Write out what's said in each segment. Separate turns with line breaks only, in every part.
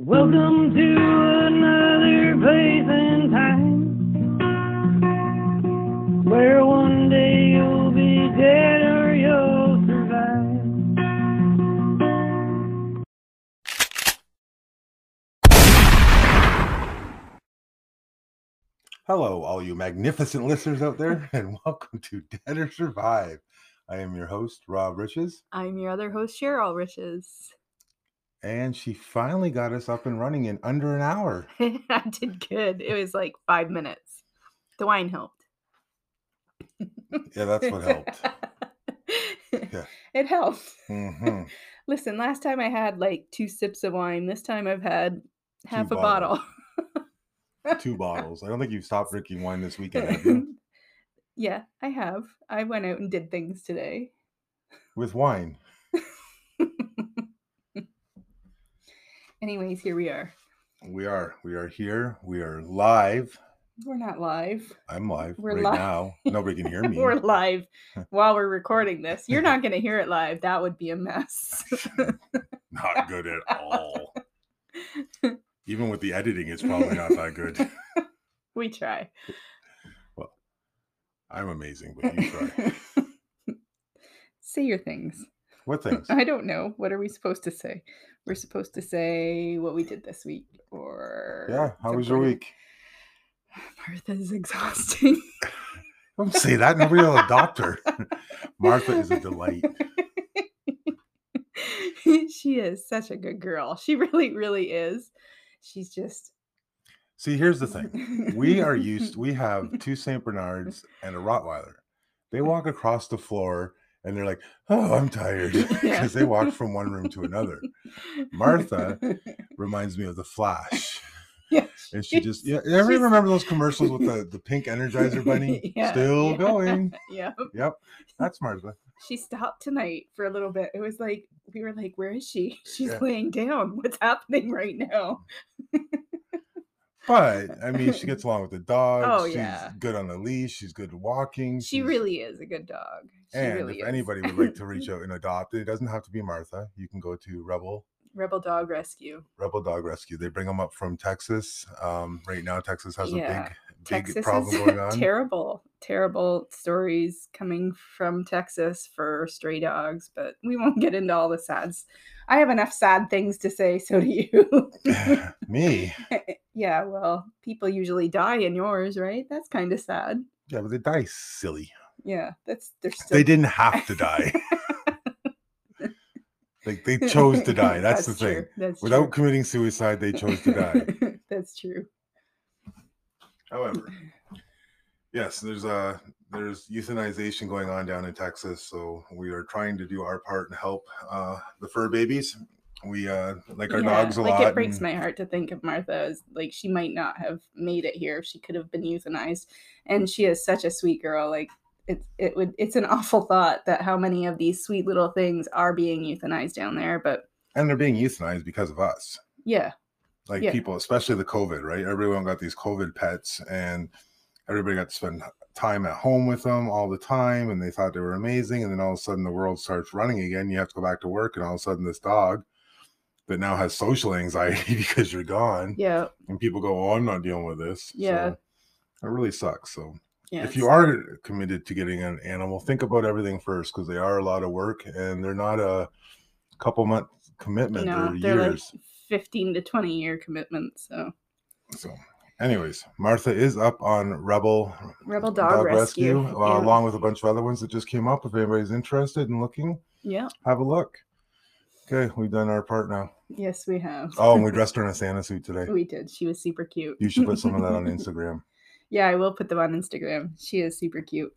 Welcome to another place and time where one day you'll be dead or you'll survive.
Hello, all you magnificent listeners out there, and welcome to Dead or Survive. I am your host, Rob Riches,
I'm your other host, Cheryl Riches.
and she finally got us up and running in under an hour.
I did good. It was like five minutes. The wine helped.
Yeah, that's what helped. Yeah.
It helped.
hmm
Listen, last time I had like two sips of wine. This time I've had half a
bottles.
bottle.
Two bottles. I don't think you've stopped drinking wine this weekend, have you?
yeah, I have. I went out and did things today.
With wine.
Anyways, here we are.
We are. We are here. We are live.
We're not live.
I'm live
We're
right
live.
now. Nobody can hear me.
We're live while we're recording this. You're not going to hear it live. That would be a mess.
Not good at all. Even with the editing, it's probably not that good.
we try.
I'm amazing, but you try.
say your things.
What things?
I don't know. What are we supposed to say? We're supposed to say what we did this week or.
Yeah, how was your
something.
week?
Martha's exhausting.
Don't say that. Nobody will adopt her. Martha is a delight.
she is such a good girl. She really, really is. She's just.
See, here's the thing. We are used, we have two St. Bernards and a Rottweiler. They walk across the floor and they're like, oh, I'm tired because
Yeah.
they walk from one room to another. Martha Reminds me of The Flash.
yeah,
And she just,
she's-
yeah, you ever
she's-
remember those commercials with the, the pink Energizer bunny?
Yeah,
Still
yeah.
going.
Yeah.
Yep. That's Martha.
She stopped tonight for a little bit. It was like, we were like, where is she? She's
Yeah.
laying down. What's happening right now?
But I mean, she gets along with the dog.
Oh,
she's
yeah.
good on the leash. She's good walking.
She
she's-
really is a good dog. She
Mm-hmm. and
really
if
is.
anybody would like to reach out and adopt, it doesn't have to be Martha. You can go to Rebel
Rebel Dog Rescue.
Rebel Dog Rescue. They bring them up from Texas. Um, right now, Texas has
Yeah.
a big, big
Texas
problem
is
going on.
terrible, terrible stories coming from Texas for stray dogs, but we won't get into all the sads. I have enough sad things to say, so do you.
Me,
yeah, well, people usually die in yours, right? That's kind of sad.
yeah, but they die silly.
Yeah, that's they're still
They didn't have to die. like they chose to die. That's, the thing.
true, That's
Without
true.
committing suicide, they chose to die.
that's true.
However, yes, there's uh there's euthanization going on down in Texas, so we are trying to do our part and help uh, the fur babies. We uh, like our
Yeah,
dogs a
like
lot.
it breaks
and-
my heart to think of Martha as like she might not have made it here if she could have been euthanized. And she is such a sweet girl. Like it it would it's an awful thought that how many of these sweet little things are being euthanized down there. But
and they're being euthanized because of us.
yeah,
Like
Yeah.
people, especially the COVID, right? Everyone got these COVID pets, and everybody got to spend time at home with them all the time, and they thought they were amazing. And then all of a sudden, the world starts running again. You have to go back to work, and all of a sudden, this dog that now has social anxiety because you're gone.
yeah,
and people go, "Oh, I'm not dealing with this."
Yeah.
so it really sucks. So
yeah.
if you are committed to getting an animal, think about everything first because they are a lot of work and they're not a couple month
you
commitment.
know,
they're
they're
years.
like fifteen to twenty year commitments. So
So, anyways, Martha is up on Rebel
Rebel Dog, Rescue.
uh,
yeah.
along with a bunch of other ones that just came up. If anybody's interested in looking,
yeah.
have a look. Okay, we've done our part now.
Yes, we have.
Oh, and we dressed her in a Santa suit today.
we did. She was super cute.
You should put some of that on Instagram.
yeah, I will put them on Instagram. She is super cute.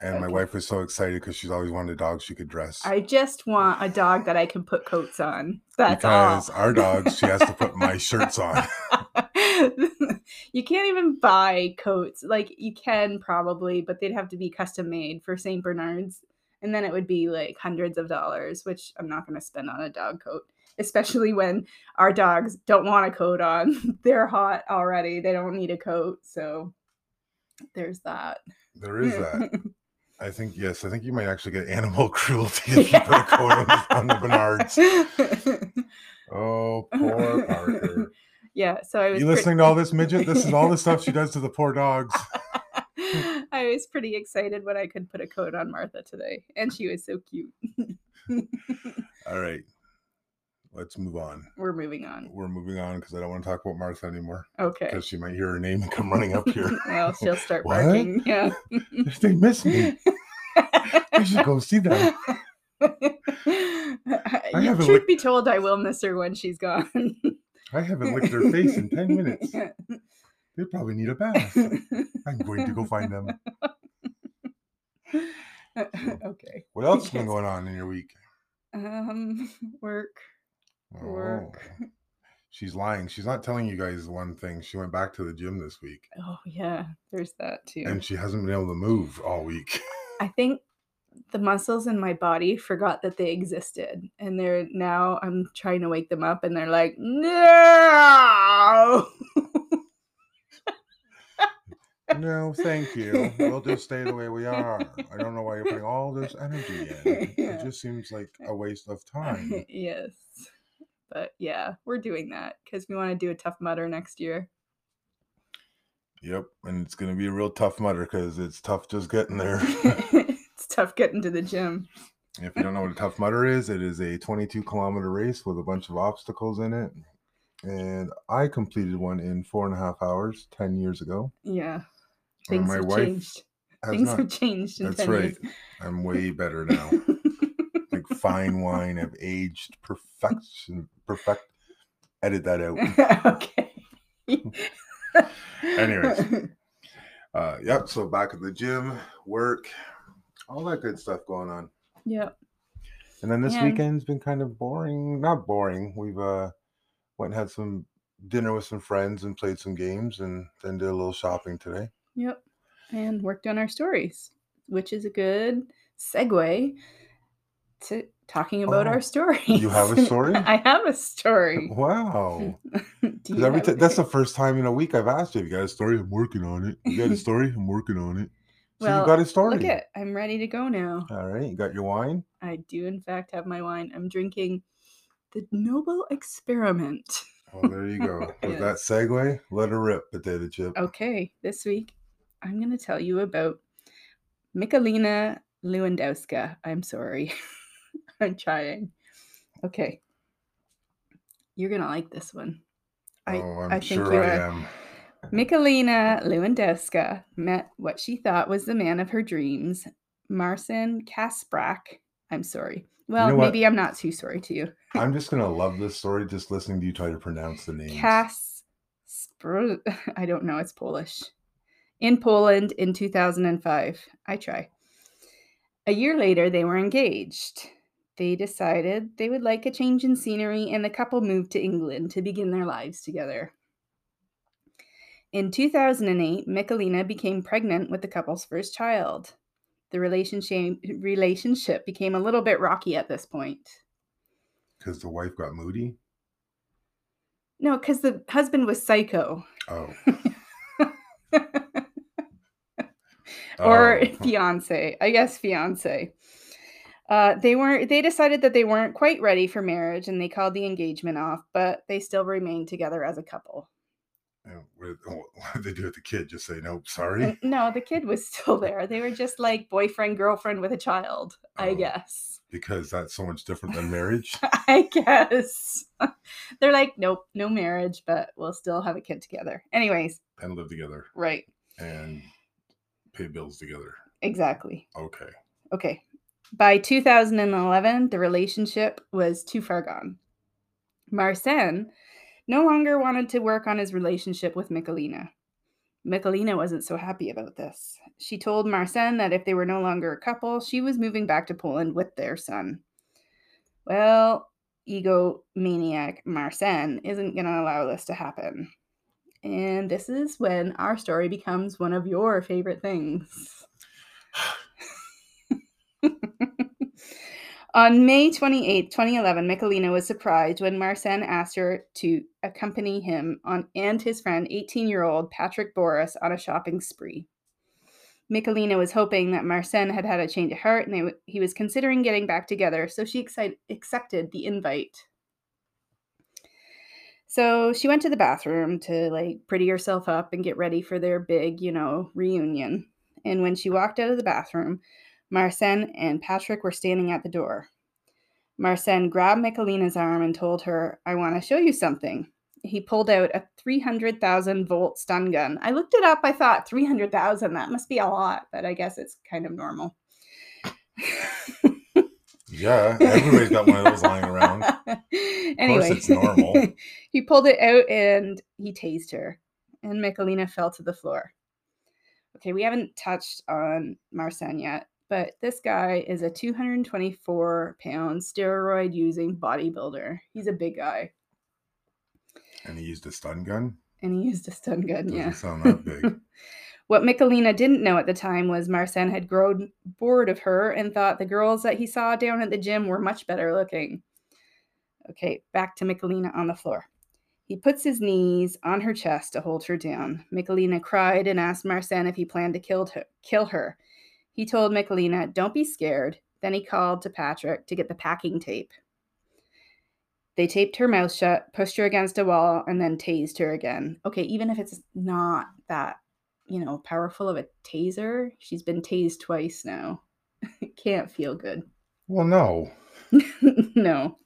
And my
Okay.
wife was so excited because she's always wanted a dog she could dress.
I just want a dog that I can put coats on. That's
because our dogs, she has to put my shirts on.
all. you can't even buy coats. Like you can probably, but they'd have to be custom made for St. Bernards. And then it would be like hundreds of dollars, which I'm not going to spend on a dog coat, especially when our dogs don't want a coat on. They're hot already. They don't need a coat. So there's that.
There is
Mm-hmm.
that. I think yes. I think you might actually get animal cruelty if you put a coat on, on the Bernards. Oh, poor
Yeah. So I was
You
pretty-
listening to all this midget? This is all the stuff she does to the poor dogs.
I was pretty excited when I could put a coat on Martha today, and she was so cute.
All right. Let's move on.
We're moving on.
We're moving on because I don't want to talk about Martha anymore
Okay.
because she might hear her name and come running up here.
well, she'll start
What?
barking. Yeah.
they miss me. I should go see them. haven't
Truth
licked-
be told, I will miss her when she's gone.
I haven't licked their face in 10 minutes. They probably need a bath. I'm going to go find them.
okay.
What else has been
Yes.
going on in your week?
Um, work. Work.
Oh, she's lying. She's not telling you guys one thing. She went back to the gym this week
Oh yeah, there's that too.
and she hasn't been able to move all week.
I think the muscles in my body forgot that they existed, and they're now I'm trying to wake them up, and they're like, no.
no, thank you. We'll just stay the way we are. I don't know why you're putting all this energy in. It
Yeah.
just seems like a waste of time.
yes, but yeah, we're doing that because we want to do a tough mutter next year.
Yep. And it's going to be a real tough mutter because it's tough just getting there.
it's tough getting to the gym.
If you don't know what a tough mutter is, it is a 22 kilometer race with a bunch of obstacles in it. And I completed one in four and a half hours 10 years ago.
Yeah,
And
things
my
have
wife
changed.
Has
Things
not.
have changed in
That's
ten
right.
years.
I'm way better now. like fine wine. I've aged perfection. Perfect. Edit that out.
okay.
Anyways. Uh, yep. So back at the gym, work, all that good stuff going on.
Yeah.
And then this
Yeah.
weekend's been kind of boring. Not boring. We've uh went and had some dinner with some friends and played some games and then did a little shopping today.
Yep. And worked on our stories, which is a good segue to talking about
Oh,
our stories.
you have a story?
I have a story.
Wow.
Do
'Cause
you
every
have
ti-
a-
that's the first time in a week I've asked you, "Have you got a story? I'm working on it. You got a story? I'm working on it. So you
Well,
got a story.
Look it. I'm ready to go now.
All right. You got your wine?
I do, in fact, have my wine. I'm drinking the Noble Experiment.
Well, Oh, there you go. With
Yes. Oh,
that segue, let her rip, potato chip.
Okay, this week I'm going to tell you about Michalina Lewandowska. I'm sorry. I'm trying. Okay. You're going to like this one. I,
oh, I'm
I think
sure
you
I
are.
am.
Michalina Lewandowska met what she thought was the man of her dreams, Marcin Kasprak. I'm sorry. Well,
know what?
maybe I'm not too sorry to you.
I'm just gonna love this story just listening to you try to pronounce the name.
Kas I don't know, it's Polish. In Poland in 2005. I try. A year later, they were engaged. They decided they would like a change in scenery, and the couple moved to England to begin their lives together. In 2008, Michalina became pregnant with the couple's first child. The relationship, relationship became a little bit rocky at this point.
Because the wife got moody.
No, because the husband was psycho.
Oh.
or
Oh.
fiance i guess fiance uh, they weren't they decided that they weren't quite ready for marriage and they called the engagement off but they still remained together as a couple
And what, what did they do with the kid? Just say nope,
N-
sorry.
Uh, no the kid was still there they were just like boyfriend girlfriend with a child i
Oh.
guess
Because that's so much different than marriage.
i guess they're like nope no marriage but we'll still have a kid together anyways
and live together
right
and pay bills together.
exactly
Okay.
Okay. By 2011, the relationship was too far gone. Marcin no longer wanted to work on his relationship with Michalina. Michalina wasn't so happy about this. She told Marcin that if they were no longer a couple, she was moving back to Poland with their son. Well, egomaniac Marcin isn't going to allow this to happen. And this is when our story becomes one of your favorite things. On May 28, 2011, Michalina was surprised when Marcin asked her to accompany him on and his friend, 18 year old Patrick Boris, on a shopping spree. Michalina was hoping that Marcin had had a change of heart and they, w- he was considering getting back together, so she excite, accepted the invite. So she went to the bathroom to like pretty herself up and get ready for their big, you know, reunion. And when she walked out of the bathroom, Marcin and Patrick were standing at the door. Marcin grabbed Michalina's arm and told her, I want to show you something. He pulled out a 300,000 volt stun gun. I looked it up. I thought 300,000, that must be a lot, but I guess it's kind of normal.
Yeah, everybody's got one of those lying around.
anyway,
it's normal.
he pulled it out and he tased her, and Michalina fell to the floor. Okay, we haven't touched on Marcin yet, but this guy is a 224 pound steroid using bodybuilder. He's a big guy,
And he used a stun gun.
and he used a stun gun.
Doesn't
Yeah.
sound that big.
What Michalina didn't know at the time was Marcin had grown bored of her and thought the girls that he saw down at the gym were much better looking. Okay, back to Michalina on the floor. He puts his knees on her chest to hold her down. Michalina cried and asked Marcin if he planned to kill, her. kill her. He told Michalina, Don't be scared. Then he called to Patrick to get the packing tape. They taped her mouth shut, pushed her against a wall, and then tased her again. Okay, even if it's not that you know, powerful of a taser. She's been tased twice now. It Can't feel good.
well, no,
no,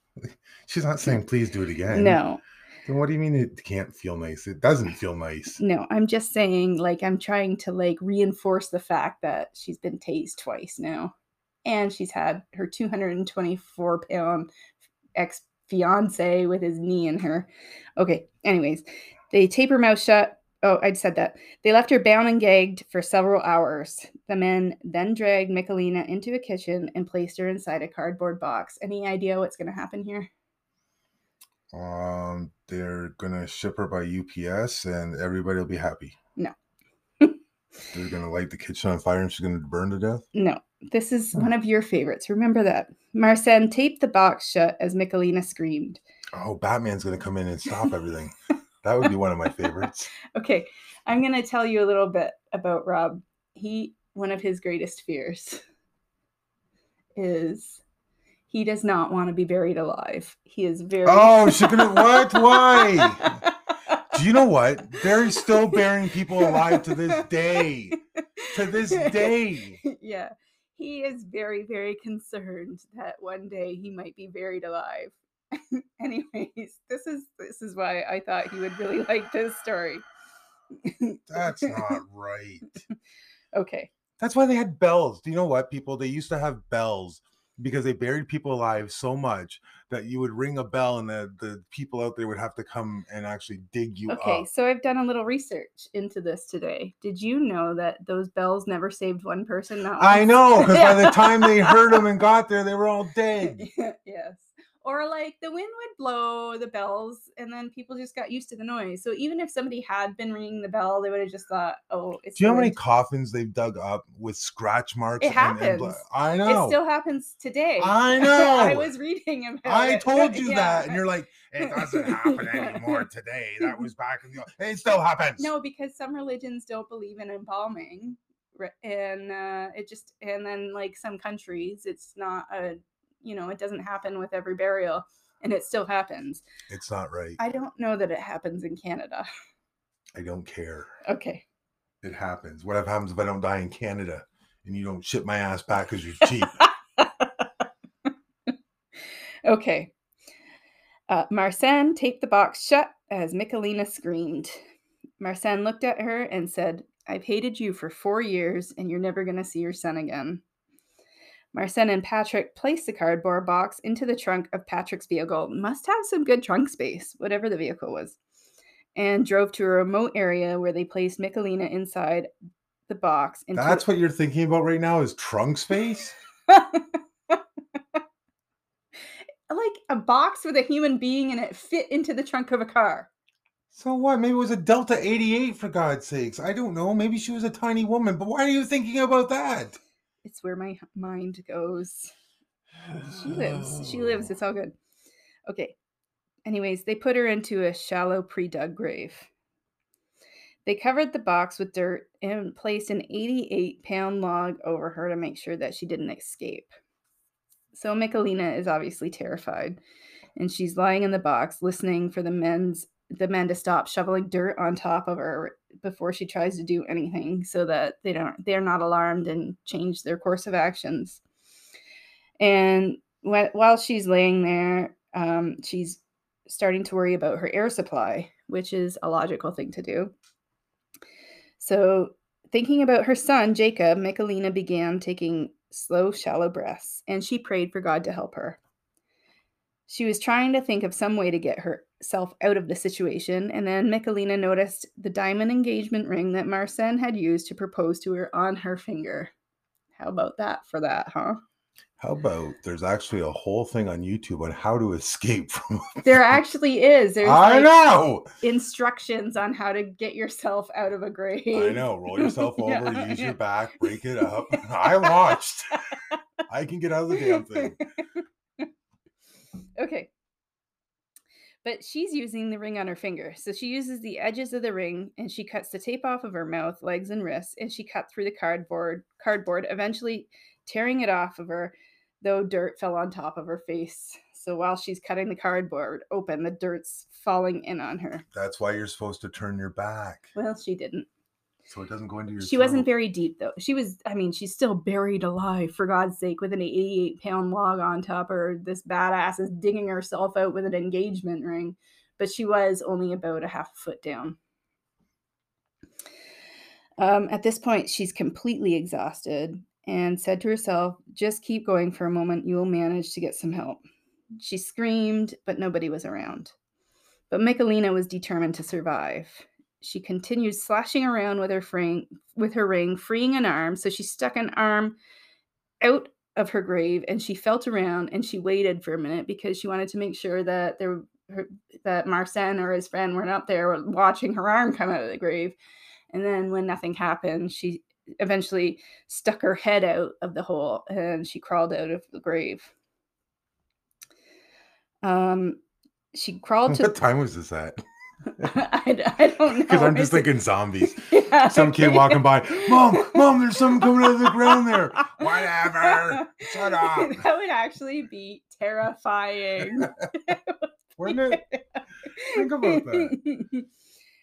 she's not saying please do it again.
no,
Then what do you mean it can't feel nice? It doesn't feel nice.
no. I'm just saying, like, I'm trying to like reinforce the fact that she's been tased twice now, and she's had her 224 pound ex fiance with his knee in her. Okay. Anyways, they tape her mouth shut. Oh, I'd said that. They left her bound and gagged for several hours. The men then dragged Michalina into a kitchen and placed her inside a cardboard box. Any idea what's going to happen here?
Um, they're gonna ship her by UPS, and everybody will be happy.
No.
they're gonna light the kitchen on fire, and she's gonna burn to death.
No, this is
Hmm.
one of your favorites. Remember that. Marcin taped the box shut as Michalina screamed.
Oh, Batman's gonna come in and stop everything. that would be one of my favorites.
Okay, I'm going to tell you a little bit about Rob. He, one of his greatest fears is he does not want to be buried alive. He is very.
Oh, she gonna what? Why? Do you know what? They're still burying people alive to this day. To this day.
yeah. He is very, very concerned that one day he might be buried alive. Anyways, this is this is why I thought he would really like this story.
That's not right.
Okay.
That's why they had bells. Do you know what, people? They used to have bells because they buried people alive so much that you would ring a bell and the, the people out there would have to come and actually dig you
Okay,
up.
so I've done a little research into this today. Did you know that those bells never saved one person? Not
I
once?
know, because by the time they heard them and got there, they were all dead.
yes. Or like the wind would blow the bells, and then people just got used to the noise. So even if somebody had been ringing the bell, they would have just thought, "Oh, it's."
Do you know
the
how many
wind."
coffins they've dug up with scratch marks?
It
bla-
happens.
I
It
know.
still happens today.
I
I
know.
was reading about.
I
it.
told you that,
Yeah.
and you're like, it doesn't happen anymore today. That was back in the. old-" It still happens.
No, because some religions don't believe in embalming, ri- and uh, it just and then like some countries, it's not a you know it doesn't happen with every burial, and it still happens.
it's not right.
I don't know that it happens in Canada.
I don't care.
Okay,
It happens. What if happens if I don't die in Canada and you don't ship my ass back because you're cheap?
okay. Uh, Marcin taped the box shut as Michalina screamed. Marcin looked at her and said, I've hated you for four years and you're never going to see your son again. Marcin and Patrick placed the cardboard box into the trunk of Patrick's vehicle, must have some good trunk space, whatever the vehicle was, and drove to a remote area where they placed Michalina inside the box. Into
That's what you're thinking about right now is trunk space?
like a box with a human being in it fit into the trunk of a car.
So what? Maybe it was a Delta 88 for God's sakes. I don't know. Maybe she was a tiny woman, but why are you thinking about that?
It's where my h- mind goes. She lives. She lives. It's all good. Okay. Anyways, they put her into a shallow pre dug grave. They covered the box with dirt and placed an 88 pound log over her to make sure that she didn't escape. So Michalina is obviously terrified and she's lying in the box listening for the men's the men to stop shoveling dirt on top of her before she tries to do anything so that they don't they're not alarmed and change their course of actions and wh- while she's laying there um, she's starting to worry about her air supply which is a logical thing to do so thinking about her son jacob michelina began taking slow shallow breaths and she prayed for god to help her she was trying to think of some way to get herself out of the situation, and then Michelina noticed the diamond engagement ring that Marcen had used to propose to her on her finger. How about that for that, huh?
How about there's actually a whole thing on YouTube on how to escape from.
There actually is. There's
I
like,
know.
instructions on how to get yourself out of a grave.
I know. Roll yourself
Yeah.
over, use your back, break it up. I watched. I can get out of the damn thing.
okay. But she's using the ring on her finger. So she uses the edges of the ring and she cuts the tape off of her mouth, legs, and wrists, and she cut through the cardboard cardboard, eventually tearing it off of her, though dirt fell on top of her face. So while she's cutting the cardboard open, the dirt's falling in on her.
That's why you're supposed to turn your back
Well, she didn't.
so it doesn't go into your.
She wasn't
throat.
very deep though. She was I mean, she's still buried alive, for God's sake, with an eighty-eight pound log on top of her. This badass is digging herself out with an engagement ring. But she was only about a half foot down. Um, at this point, she's completely exhausted and said to herself, just keep going for a moment. You will manage to get some help. She screamed, but nobody was around. But Michelina was determined to survive. She continued slashing around with her fring, with her ring, freeing an arm. So she stuck an arm out of her grave and she felt around and she waited for a minute because she wanted to make sure that there her, that Marcin or his friend weren't up there watching her arm come out of the grave. And then when nothing happened, she eventually stuck her head out of the hole and she crawled out of the grave. Um, she crawled to
What time was this at?
I, d- I don't know.
Because I'm just
It's-
thinking zombies.
Yeah,
Some kid
okay.
walking by, mom, mom, there's something coming out of the ground there. Whatever. Shut up.
That would actually be terrifying.
Wouldn't it? Think about
that.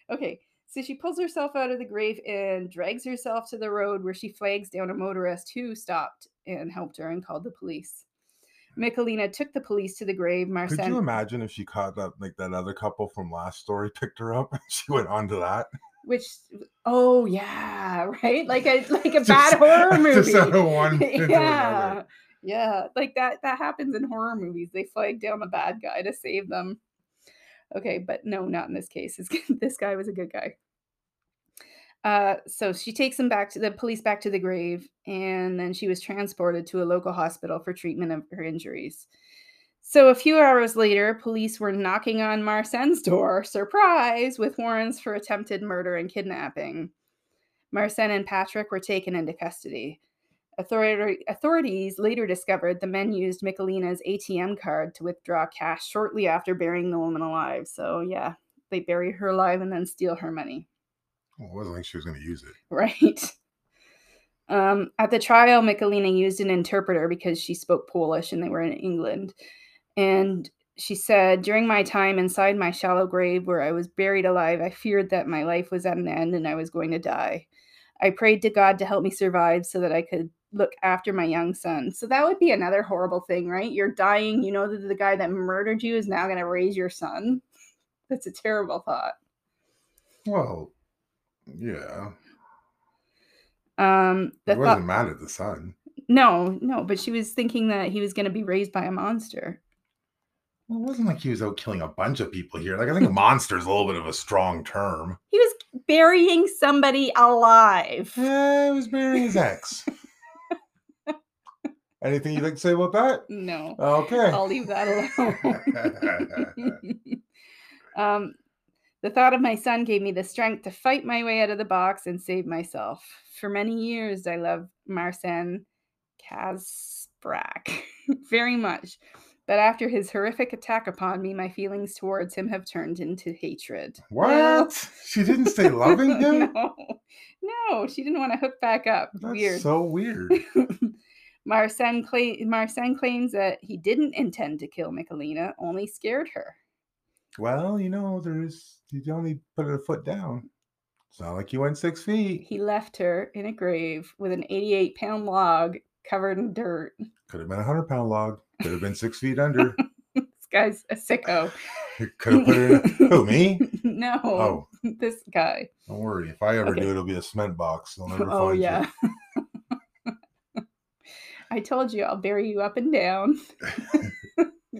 okay, so she pulls herself out of the grave and drags herself to the road where she flags down a motorist who stopped and helped her and called the police. Michelina took the police to the grave. Marcin,
Could you imagine if she caught that like that other couple from last story picked her up and she went on to that?
which, oh yeah, right, like a like a
Just-
bad horror movie.
Just out of one into
yeah.
another.
Yeah. Like that that happens in horror movies. They flag down the bad guy to save them. Okay, but no, not in this case. This, this guy was a good guy. Uh, so she takes him back to the police back to the grave, and then she was transported to a local hospital for treatment of her injuries. So a few hours later, police were knocking on Marcen's door, surprise, with warrants for attempted murder and kidnapping. Marcen and Patrick were taken into custody. Authority, authorities later discovered the men used Michelina's ATM card to withdraw cash shortly after burying the woman alive. So, yeah, they bury her alive and then steal her money.
Well, it wasn't like she was gonna use it.
Right. Um, at the trial, Michelina used an interpreter because she spoke Polish and they were in England. And she said, During my time inside my shallow grave where I was buried alive, I feared that my life was at an end and I was going to die. I prayed to God to help me survive so that I could look after my young son. So that would be another horrible thing, right? You're dying. You know that the guy that murdered you is now going to raise your son. That's a terrible thought.
Well, yeah.
Um, the
I
thought-
wasn't mad at the son.
No, no, but she was thinking that he was going to be raised by a monster.
Well, it wasn't like he was out killing a bunch of people here. Like I think monster's a little bit of a strong term.
He was burying somebody alive.
Yeah, he Eh, was burying his ex. Anything you'd like to say about that?
No,
Okay.
I'll leave that alone. um, the thought of my son gave me the strength to fight my way out of the box and save myself. For many years, I loved Marcin Kasprak very much. But after his horrific attack upon me, my feelings towards him have turned into hatred. Well,
What? She didn't stay loving him?
no, no, she didn't want to hook back up.
That's
Weird.
so weird.
Marcin, cla- Marcin claims that he didn't intend to kill Michelina, only scared her.
Well, you know, there's you only put a foot down. It's not like you went six feet.
He left her in a grave with an 88 pound log covered in dirt.
Could have been a hundred pound log. Could have been six feet under.
This guy's a sicko.
Could have put it. In who me?
no.
Oh,
This guy.
don't worry. If I ever
Okay.
do, it'll be a cement box. They'll never
Oh,
find
yeah. I told you I'll bury you up and down.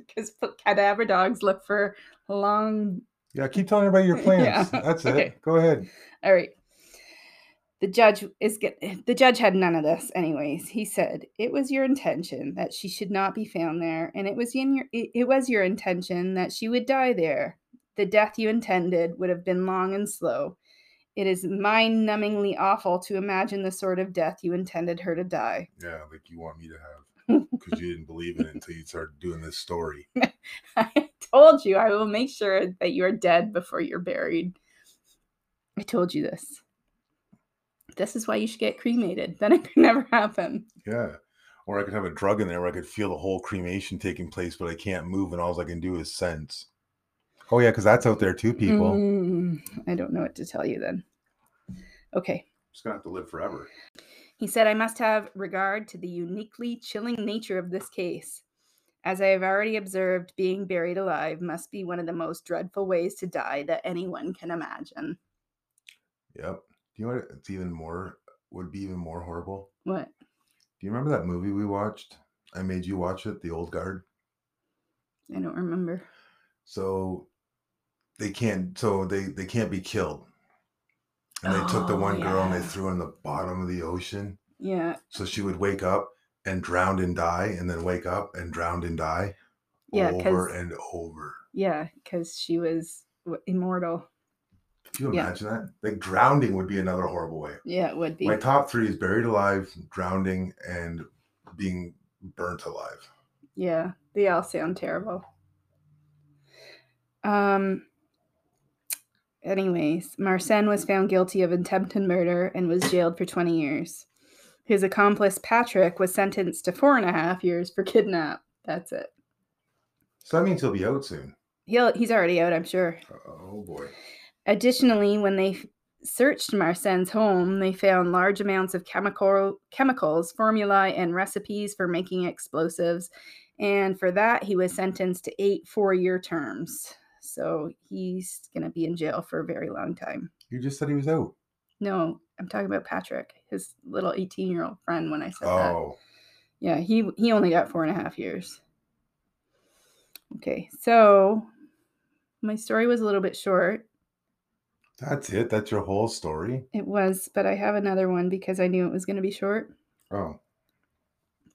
Because cadaver dogs look for long
you. Yeah. Keep telling everybody your plans.
Yeah,
That's
okay.
it. Go ahead.
All right. The judge is get, the judge had none of this anyways. He said, "It was your intention that she should not be found there, and it was in your it, it was your intention that she would die there. The death you intended would have been long and slow. It is mind-numbingly awful to imagine the sort of death you intended her to die."
Yeah, like you want me to have because you didn't believe in it until you started doing this story.
I told you I will make sure that you are dead before you're buried. I told you this. This is why you should get cremated. Then it could never happen.
Yeah. Or I could have a drug in there where I could feel the whole cremation taking place, but I can't move, and all I can do is sense. Oh yeah, because that's out there too, people.
Mm, I don't know what to tell you then. Okay.
Just gonna have to live forever.
He said, I must have regard to the uniquely chilling nature of this case. As I have already observed, being buried alive must be one of the most dreadful ways to die that anyone can imagine.
Yep. Do you know what? It's even more would be even more horrible.
What?
Do you remember that movie we watched? I made you watch it, The Old Guard.
I don't remember.
So they can't. So they they can't be killed. And they took the
Oh,
one girl and they
yeah.
threw her in the bottom of the ocean.
Yeah.
So she would wake up and drown and die, and then wake up and drown and die
Yeah,
over
'cause-
and over.
Yeah. Because she was w- immortal.
Can you
Yeah.
imagine that? Like drowning would be another horrible way.
Yeah, it would be.
My top three is buried alive, drowning, and being burnt alive.
Yeah, they all sound terrible. Um. Anyways, Marcin was found guilty of attempted murder and was jailed for 20 years. His accomplice Patrick was sentenced to four and a half years for kidnap. That's it.
So that means he'll be out soon.
He'll he's already out, I'm sure.
Oh boy.
Additionally, when they f- searched Marcin's home, they found large amounts of chemical chemicals, formulae, and recipes for making explosives. And for that, he was sentenced to eight four-year terms. So he's gonna be in jail for a very long time.
You just said he was out.
No, I'm talking about Patrick, his little 18-year-old friend. When I said that,
Oh,
yeah, he he only got four and a half years. Okay, so my story was a little bit short.
that's it. That's your whole story.
It was, but I have another one because I knew it was going to be short.
Oh,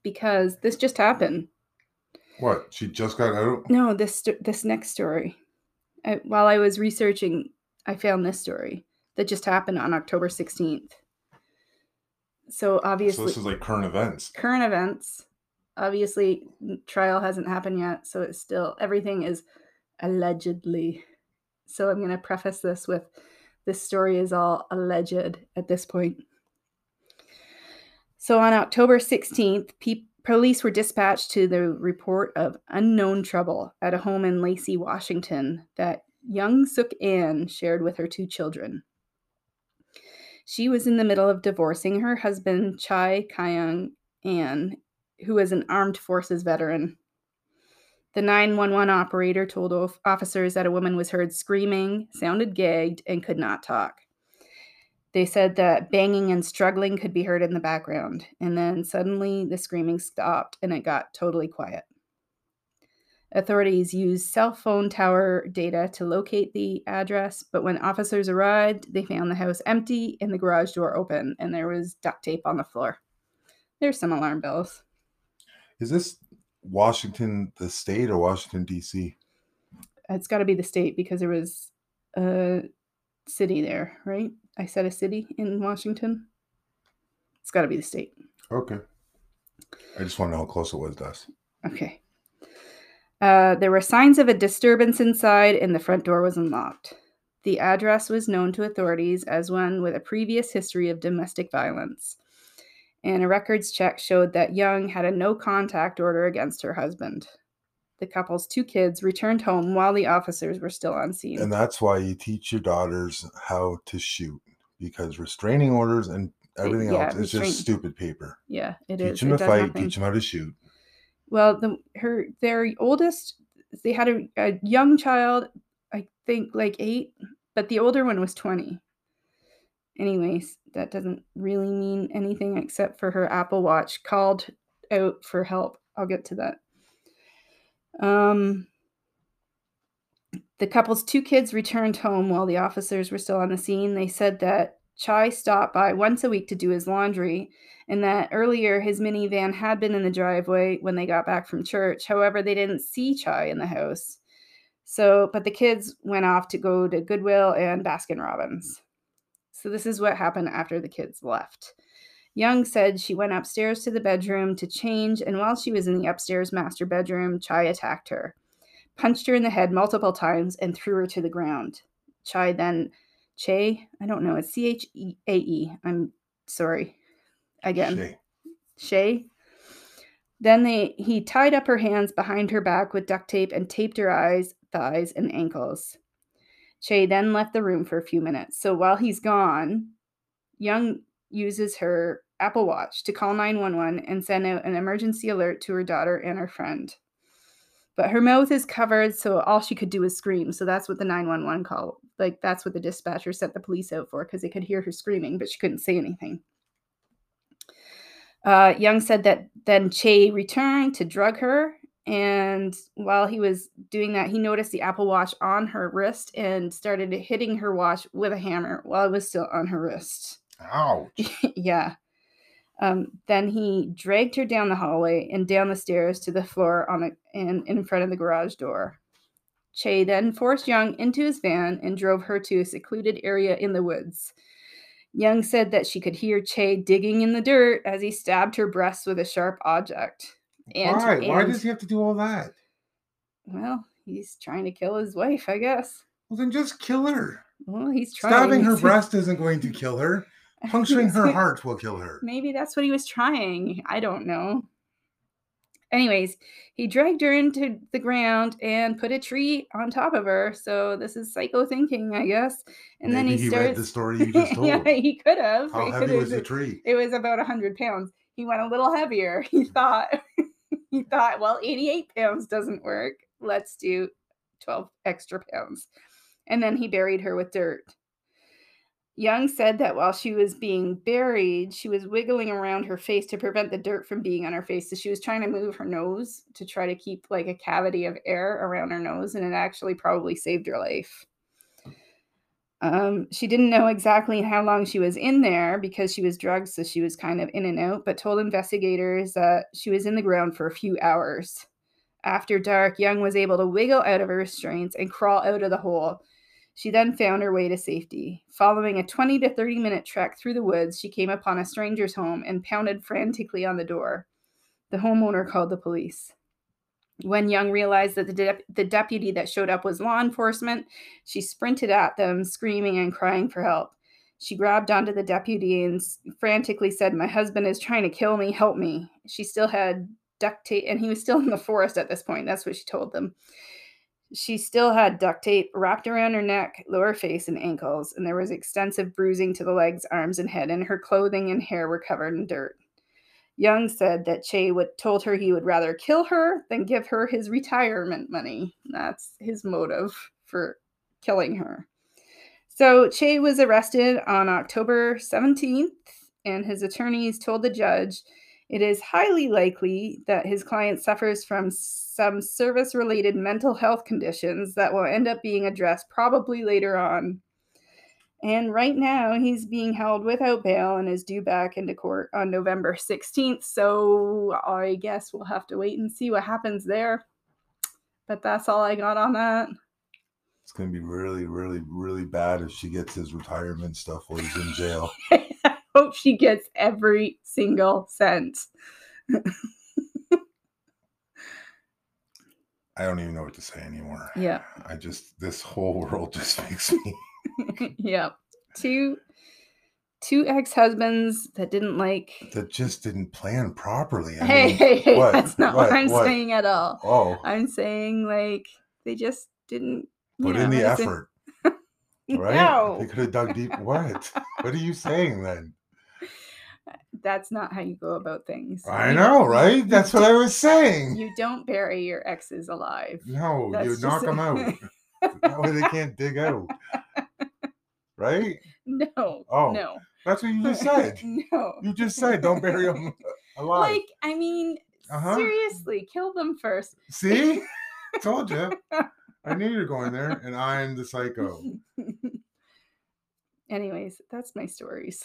Because this just happened.
what? She just got out.
No, this sto- this next story. I, while I was researching, I found this story that just happened on October sixteenth. So
So
obviously,
this is like current events.
current events. Obviously, n- trial hasn't happened yet, so it's still everything is allegedly. So I'm going to preface this with this story is all alleged at this point. So on October 16th, pe- police were dispatched to the report of unknown trouble at a home in Lacey, Washington that young Sook Ann shared with her two children. She was in the middle of divorcing her husband, Chai Kyung Ann, who was an armed forces veteran. The 911 operator told of- officers that a woman was heard screaming, sounded gagged, and could not talk. They said that banging and struggling could be heard in the background, and then suddenly the screaming stopped and it got totally quiet. Authorities used cell phone tower data to locate the address, but when officers arrived, they found the house empty and the garage door open, and there was duct tape on the floor. There's some alarm bells.
Is this Washington, the state, or Washington D.C.?
It's got to be the state because there was a city there, right? I said a city in Washington. It's got to be the state.
Okay. I just want to know how close it was to us.
Okay. Uh, there were signs of a disturbance inside, and the front door was unlocked. The address was known to authorities as one with a previous history of domestic violence. And a records check showed that Young had a no contact order against her husband. The couple's two kids returned home while the officers were still on scene.
And that's why you teach your daughters how to shoot because restraining orders and everything
yeah,
else is
restraint.
just stupid paper.
yeah, it is.
teach them to
It does
fight,
nothing.
teach them how to shoot.
Well, the her their oldest they had a, a young child, I think like eight, but the older one was twenty. Anyways, that doesn't really mean anything except for her Apple Watch called out for help. I'll get to that. Um the couple's two kids returned home while the officers were still on the scene. They said that Chai stopped by once a week to do his laundry and that earlier his minivan had been in the driveway when they got back from church. However, they didn't see Chai in the house. So, but the kids went off to go to Goodwill and Baskin Robbins. So, this is what happened after the kids left. Young said she went upstairs to the bedroom to change, and while she was in the upstairs master bedroom, Chai attacked her, punched her in the head multiple times, and threw her to the ground. Chai then, Che, I don't know, it's C H E A E. I'm sorry. Again,
Shit.
Shay. Then they he tied up her hands behind her back with duct tape and taped her eyes, thighs, and ankles. Shay then left the room for a few minutes. So while he's gone, Young uses her Apple Watch to call 911 and send out an emergency alert to her daughter and her friend. But her mouth is covered, so all she could do is scream. So that's what the 911 call, like that's what the dispatcher sent the police out for because they could hear her screaming, but she couldn't say anything. Uh, Young said that then Che returned to drug her. And while he was doing that, he noticed the Apple Watch on her wrist and started hitting her watch with a hammer while it was still on her wrist
Ouch.
yeah. Um, then he dragged her down the hallway and down the stairs to the floor on a, and in front of the garage door. Che then forced Young into his van and drove her to a secluded area in the woods. Young said that she could hear Che digging in the dirt as he stabbed her breast with a sharp object. And,
Why? Why
and-
does he have to do all that?
Well, he's trying to kill his wife, I guess.
Well, then just kill her.
Well, he's trying.
Stabbing her
He's-
breast isn't going to kill her. Puncturing her heart will kill her.
Maybe that's what he was trying. I don't know. Anyways, he dragged her into the ground and put a tree on top of her. So this is psycho thinking, I guess. And then
Maybe
he,
he
starts.
read the story you just told.
yeah, he could have.
How
It
heavy
could've-
was the tree?
It was about hundred pounds. He went a little heavier. He thought. he thought, well, eighty-eight pounds doesn't work. Let's do twelve extra pounds. And then he buried her with dirt. Young said that while she was being buried, she was wiggling around her face to prevent the dirt from being on her face. So she was trying to move her nose to try to keep like a cavity of air around her nose, and it actually probably saved her life. Um, she didn't know exactly how long she was in there because she was drugged, so she was kind of in and out, but told investigators that she was in the ground for a few hours. After dark, Young was able to wiggle out of her restraints and crawl out of the hole. She then found her way to safety. Following a 20 to 30 minute trek through the woods, she came upon a stranger's home and pounded frantically on the door. The homeowner called the police. When Young realized that the, dep- the deputy that showed up was law enforcement, she sprinted at them, screaming and crying for help. She grabbed onto the deputy and s- frantically said, My husband is trying to kill me, help me. She still had duct tape, and he was still in the forest at this point. That's what she told them. She still had duct tape wrapped around her neck, lower face, and ankles, and there was extensive bruising to the legs, arms, and head, and her clothing and hair were covered in dirt. Young said that Che would, told her he would rather kill her than give her his retirement money. That's his motive for killing her. So Che was arrested on October 17th, and his attorneys told the judge it is highly likely that his client suffers from some service related mental health conditions that will end up being addressed probably later on. And right now, he's being held without bail and is due back into court on November 16th. So I guess we'll have to wait and see what happens there. But that's all I got on that.
It's going to be really, really, really bad if she gets his retirement stuff while he's in jail.
I hope she gets every single cent.
I don't even know what to say anymore.
Yeah.
I just, this whole world just makes me.
yeah. Two two ex-husbands that didn't like.
That just didn't plan properly. I
hey,
mean,
hey, hey!
what?
That's not what,
What?
I'm
What?
saying at all.
oh,
I'm saying like they just didn't you
put
know,
in the
it's a-
effort, right? They
No,
could have dug deep. What? what are you saying then?
that's not how you go about things.
I
You-
know, right? That's what I was saying.
You don't bury your exes alive.
No,
That's
you
just-
knock them out. that way they can't dig out. Right?
No.
Oh,
No.
That's what you just said.
no.
You just said don't bury them alive.
Like, I mean,
Uh-huh.
seriously, kill them first.
See? Told you. I knew you were going there, and I'm the psycho.
Anyways, that's my stories.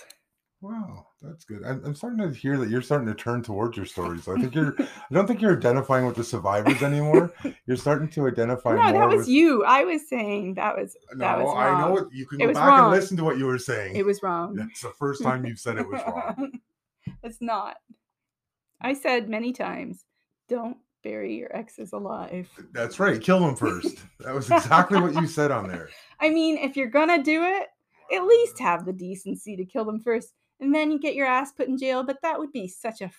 Wow, that's good. I'm, I'm starting to hear that you're starting to turn towards your stories. I think you're. I don't think you're identifying with the survivors anymore. You're starting to identify
no,
more
that was
with.
you. I was saying that was that
no,
was
I know
wrong.
it. You can
It
go
was
back
wrong.
and listen to what you were saying.
it was wrong.
That's the first time you've said it was wrong.
it's not. I said many times, don't bury your exes alive.
That's right. Kill them first. That was exactly what you said on there.
I mean, if you're gonna do it, at least have the decency to kill them first, and then you get your ass put in jail. But that would be such a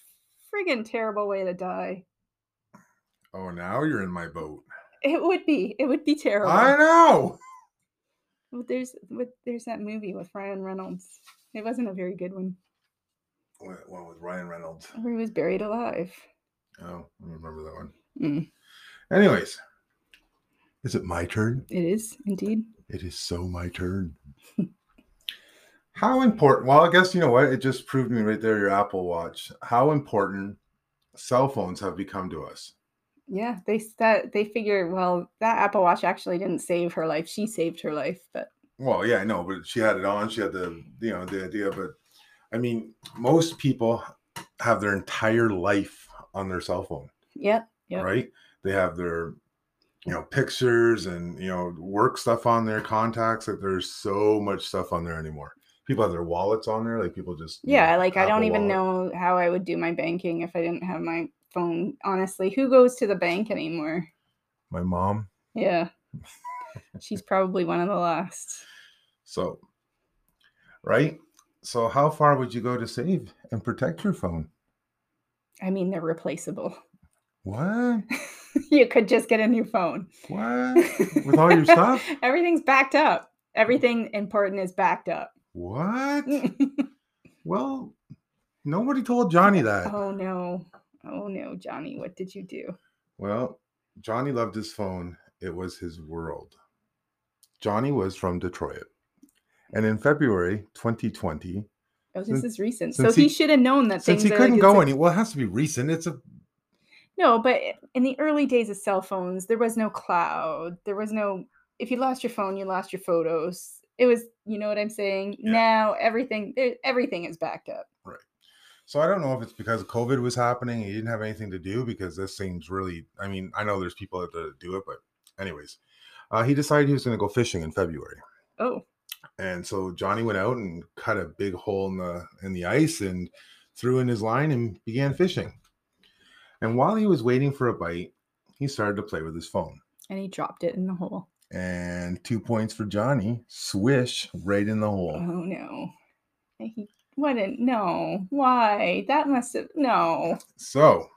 friggin' terrible way to die.
Oh, now you're in my boat.
It would be. It would be terrible.
I know.
Well, there's with, there's that movie with Ryan Reynolds. It wasn't a very good one.
One one with Ryan Reynolds.
Where he was buried alive.
Oh, I remember that one.
Mm,
Anyways, is it my turn?
it is indeed.
It is so my turn. How important? Well, I guess you know what? It just proved me right there, your Apple Watch, how important cell phones have become to us.
Yeah, they s- that they figure. Well, that Apple Watch actually didn't save her life. She saved her life, but
Well, yeah, I know, but she had it on. She had the, you know, the idea. But I mean, most people have their entire life on their cell phone.
yep, yep.
right? They have their, you know, pictures and you know work stuff on their contacts. Like there's so much stuff on there anymore. People have their wallets on there. Like people just you know,
Yeah, like I don't
Mm. Apple
even
Wallet.
know how I would do my banking if I didn't have my phone. Honestly, who goes to the bank anymore?
My mom.
Yeah. She's probably one of the last.
So, right. So how far would you go to save and protect your phone?
I mean, they're replaceable.
What?
you could just get a new phone.
What? With all your stuff?
Everything's backed up. Everything important is backed up.
What?
oh
Well, nobody told Johnny that.
no. Oh no, Johnny, what did you do?
Well, Johnny loved his phone. It was his world. Johnny was from Detroit. And in February 2020,
Oh, this
Since-
is recent. So
since
he,
he-
should have known that
since
things
he
are,
couldn't
like, it's
go
a-
any, well, it has to be recent. It's a
No, but i- in the early days of cell phones, there was no cloud. There was no if you lost your phone, you lost your photos. It was, you know what I'm saying?
Yeah.
Now everything e- everything is backed up.
so I don't know if it's because COVID was happening and he didn't have anything to do because this seems really. I mean, I know there's people that uh, do it, but anyways, uh, he decided he was going to go fishing in February.
Oh,
and so Johnny went out and cut a big hole in the in the ice and threw in his line and began fishing. And while he was waiting for a bite, he started to play with his phone.
and he dropped it in the hole.
And two points for Johnny, swish right in the
Oh
hole.
no. And He wouldn't no. Why? That must have no.
So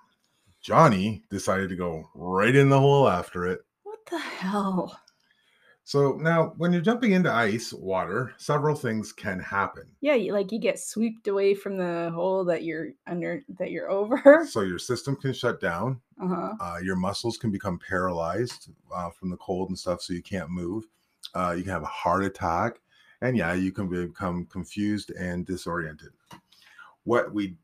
Johnny decided to go right in the hole after it.
What the hell?
So now when you're jumping into ice water, several things can happen.
Yeah, you, like you get swept away from the hole that you're under that you're over.
So your system can shut down,
Uh-huh.
uh, your muscles can become paralyzed uh, from the cold and stuff, so you can't move. Uh, you can have a heart attack, and yeah, you can become confused and disoriented. What we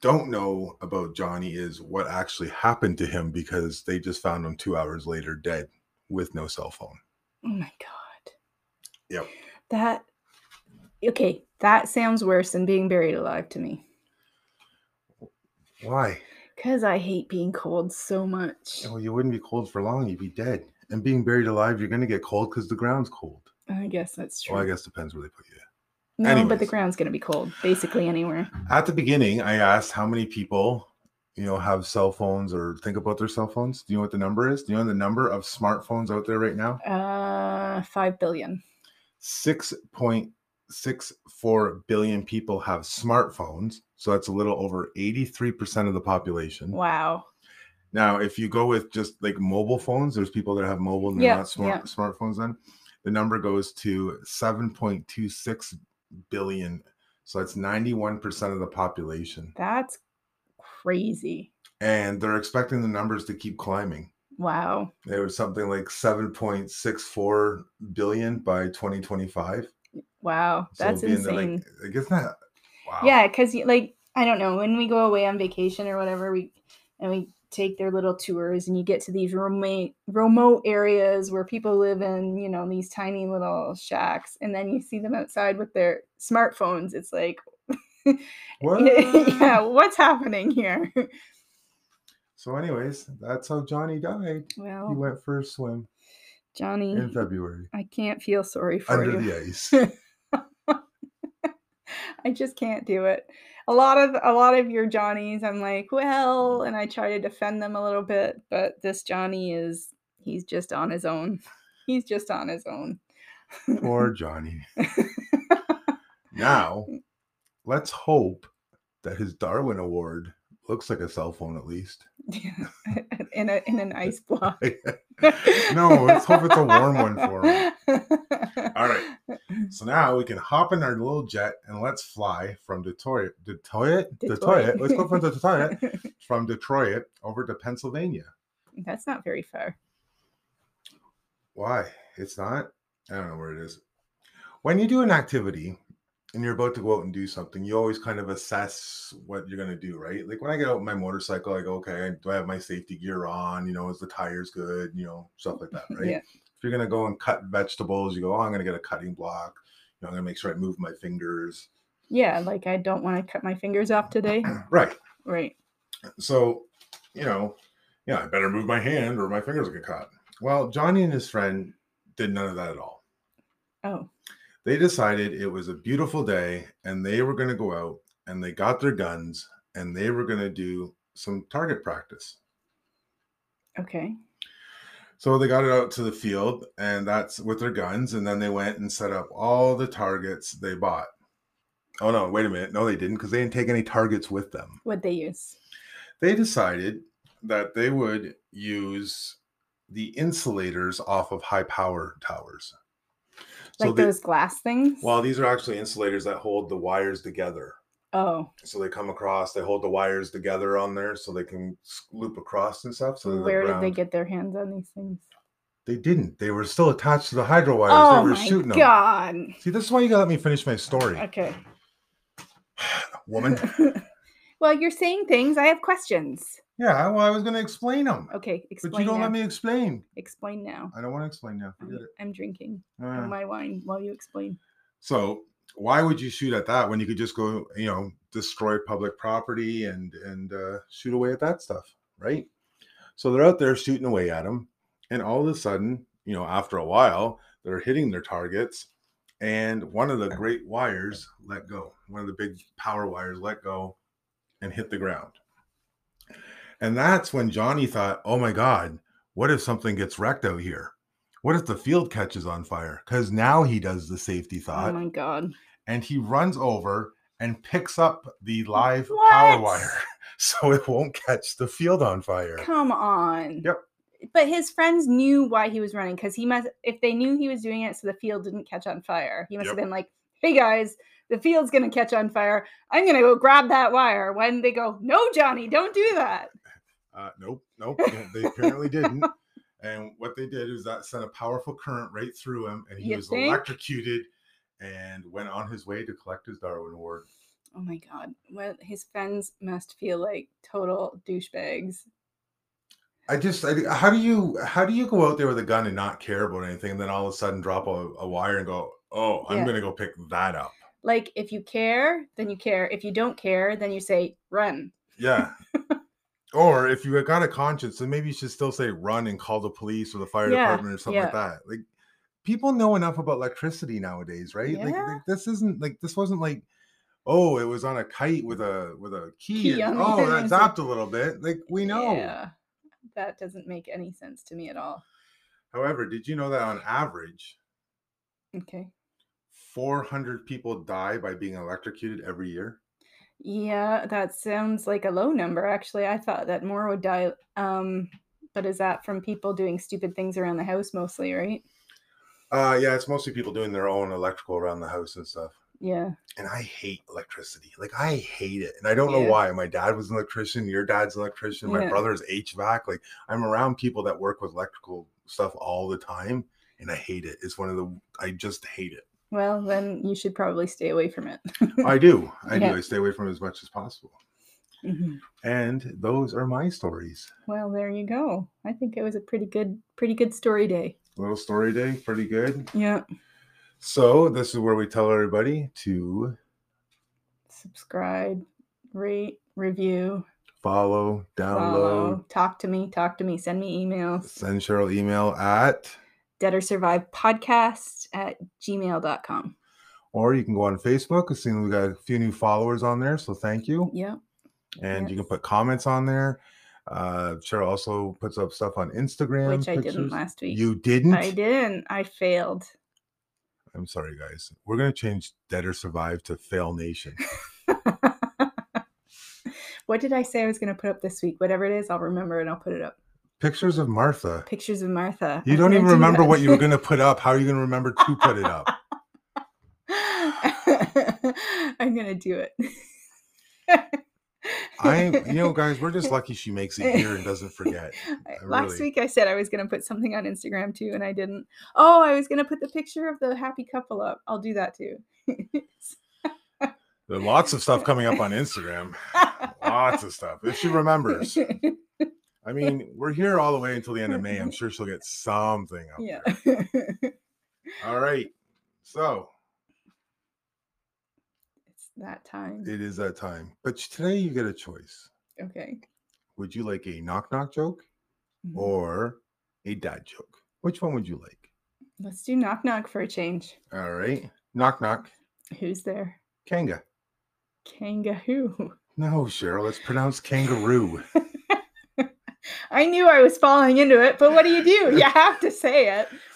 don't know about Johnny is what actually happened to him because they just found him two hours later dead with no cell phone.
Oh my god.
Yep.
That okay, that sounds worse than being buried alive to me.
Why?
Cause I hate being cold so much.
Well, you wouldn't be cold for long, you'd be dead. And being buried alive, you're going to get cold because the ground's cold.
I guess that's true.
Well, oh, I guess depends where they put you.
no, but the
anyways.
ground's gonna be cold basically anywhere.
at the beginning i asked how many people you know have cell phones or think about their cell phones do you know what the number is do you know the number of smartphones out there right now
Uh, five billion.
6.2 6.4 billion people have smartphones. So that's a little over 83% of the population.
Wow.
Now, if you go with just like mobile phones, there's people that have mobile and they're
Yeah,
not smart smartphones then. The number goes to 7.26 billion. So that's 91% of the population.
That's crazy.
And they're expecting the numbers to keep climbing.
Wow.
There was something like 7.64 billion by 2025. So
Wow. That's
it'll be in the,
insane.
like, like, it's not wow.
Yeah, because like I don't know when we go away on vacation or whatever, we and we take their little tours, and you get to these remote remote areas where people live in, you know, these tiny little shacks, and then you see them outside with their smartphones. It's like,
What?
yeah, what's happening here?
So, anyways, that's how Johnny died. He
Well,
went for a swim
Johnny,
in February
I can't feel sorry Mm-hmm. for
under
you.
the ice.
I just can't do it. A lot of a lot of your Johnnies, I'm like, well, and I try to defend them a little bit, but this Johnny is he's just on his own. He's just on his own.
Poor Johnny. now, let's hope that his Darwin Award looks like a cell phone at least.
in a in an ice block.
no, let's hope it's a warm one for him. All right. So now we can hop in our little jet and let's fly from Detroit, Detroit,
Detroit.
Detroit. Let's go from Detroit, from Detroit over to Pennsylvania.
That's not very far.
Why? It's not? I don't know where it is. When you do an activity and you're about to go out and do something, you always kind of assess what you're going to do, right? Like when I get out my motorcycle, I go, okay, do I have my safety gear on? You know, is the tires good? You know, stuff like that, right?
Yeah.
If you're going to go and cut vegetables, you go, oh, I'm going to get a cutting block. You know, I'm going to make sure I move my fingers.
Yeah, like I don't want to cut my fingers off today.
Right.
Right.
So, you know, yeah, I better move my hand or my fingers will get caught. Well, Johnny and his friend did none of that at all.
Oh.
they decided it was a beautiful day and they were going to go out and they got their guns and they were going to do some target practice.
Okay.
So they got it out to the field and that's with their guns. And then they went and set up all the targets they bought. Oh, no, wait a minute. No, they didn't because they didn't take any targets with them.
What'd they use?
They decided that they would use the insulators off of high power towers.
Like
they-
those glass things?
well, these are actually insulators that hold the wires together.
oh,
so they come across they hold the wires together on there so they can s- loop across and stuff so they're
where did they
round.
get their hands on these things?
they didn't they were still attached to the hydro wires
Oh
they were
my
shooting them
god.
see this is why you gotta let me finish my story
Okay.
woman
well, you're saying things. I have questions.
yeah well i was gonna explain them
Okay, explain.
but you don't
now.
let me explain
explain now.
i don't want to explain now forget it
I'm drinking
Ah.
Oh my wine while you explain.
so why would you shoot at that when you could just go you know destroy public property and and uh, shoot away at that stuff right so they're out there shooting away at them and all of a sudden you know after a while they're hitting their targets and one of the great wires let go one of the big power wires let go and hit the ground and that's when johnny thought oh my god what if something gets wrecked out here what if the field catches on fire because now he does the safety
Oh
thought
my god.
and he runs over and picks up the live power
What?
wire so it won't catch the field on fire.
Come on.
Yep.
But his friends knew why he was running because he must, if they knew he was doing it so the field didn't catch on fire, he must have
Yep.
been like, hey guys, the field's going to catch on fire. I'm going to go grab that wire. When they go, no, Johnny, don't do that.
Uh, nope, nope, yeah, they apparently didn't. And what they did is that sent a powerful current right through him, and he
You
was
think?
electrocuted and went on his way to collect his Darwin Award.
Oh my god. Well, his friends must feel like total douchebags.
I just, I, how do you, how do you go out there with a gun and not care about anything, and then all of a sudden drop a, a wire and go, oh, I'm
Yeah.
gonna go pick that up.
Like if you care, then you care. If you don't care, then you say run.
Yeah. or if you got a conscience, then maybe you should still say run and call the police or the fire
Yeah,
department or something like that. Like people know enough about electricity nowadays, right? Like,
Yeah.
like, this isn't like this wasn't like oh, it was on a kite with a with a key.
Key
and,
on the
oh,
end or
that zapped a little bit. Like we know.
Yeah. That doesn't make any sense to me at all.
However, did you know that on average,
Okay.
400 people die by being electrocuted every year.
Yeah, that sounds like a low number. Actually, I thought that more would die. Um, but is that from people doing stupid things around the house mostly, right?
Uh, yeah, it's mostly people doing their own electrical around the house and stuff.
Yeah.
And I hate electricity. Like I hate it, and I don't know
Yeah.
why. My dad was an electrician. Your dad's an electrician. My
Yeah.
brother's HVAC. Like I'm around people that work with electrical stuff all the time, and I hate it. It's one of the I just hate it.
Well, then you should probably stay away from it.
I do. I
Yeah.
do. I stay away from it as much as possible.
Mhm.
And those are my stories.
Well, there you go. I think it was a pretty good, pretty good story day.
Little story day, pretty good.
Yeah.
So this is where we tell everybody to
Subscribe, rate, review,
follow, download,
follow, talk to me, talk to me, send me emails.
send Cheryl email at,
Dead or Survive podcast at gmail.com.
or you can go on Facebook. I've seen we got a few new followers on there, so thank you.
Yeah.
And you can
yes.
put comments on there. Uh, Cheryl also puts up stuff on Instagram.
Which I didn't
pictures.
last week.
You didn't.
I didn't. I failed.
I'm sorry, guys. We're gonna change "Dead or Survive" to "Fail Nation."
what did I say I was going to put up this week? Whatever it is, I'll remember and I'll put it up.
Pictures of Martha.
Pictures of Martha.
You
I'm
don't
gonna
even
do
remember
that.
what you were going to put up. How are you going to remember to put it up?
I'm going to do it.
I, you know, guys, we're just lucky she makes it here and doesn't forget.
I-
I
Last
really-
week I said I was going to put something on Instagram too, and I didn't. Oh, I was going to put the picture of the happy couple up. I'll do that too.
There are lots of stuff coming up on Instagram. Lots of stuff. If she remembers, I mean, we're here all the way until the end of May. I'm sure she'll get something up.
yeah.
All right. So
it's that time.
it is that time. But today you get a choice.
Okay.
Would you like a knock knock joke
Mhm.
Oh. or a dad joke? Which one would you like?
Let's do knock knock for a change.
All right. Knock knock.
Who's there?
Kanga.
Kanga who?
No, Cheryl, it's pronounced kangaroo.
I knew I was falling into it, but what do you do? You have to say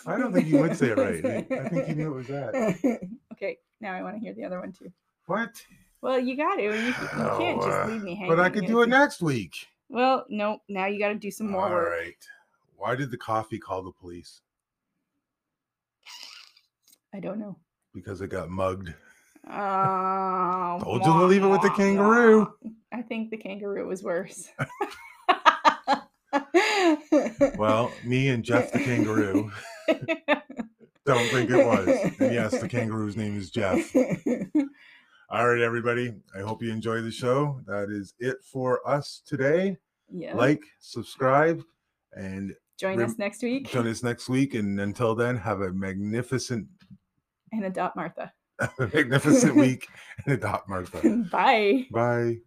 I don't think you would say it right. I I think you knew it was that.
it. okay, now I want to hear the other one too.
What?
Well, you got to. You, you
Oh,
can't
uh,
just leave me hanging.
But I could
You
do it
gotta
next week.
Well, no. Now you got to do some more
All
work.
right. Why did the coffee call the police?
I don't know.
Because it got mugged.
Oh,
Told you to leave it with the
wah,
kangaroo.
wah. I think the kangaroo was worse.
Well, me and Jeff the kangaroo don't think it was. And yes, the kangaroo's name is Jeff. All right, everybody. I hope you enjoy the show. That is it for us today.
yeah.
Like, subscribe, and
join
rem-
us next week
join us next week. And until then, have a magnificent,
and adopt Martha.
magnificent week and adopt Martha.
Bye.
Bye.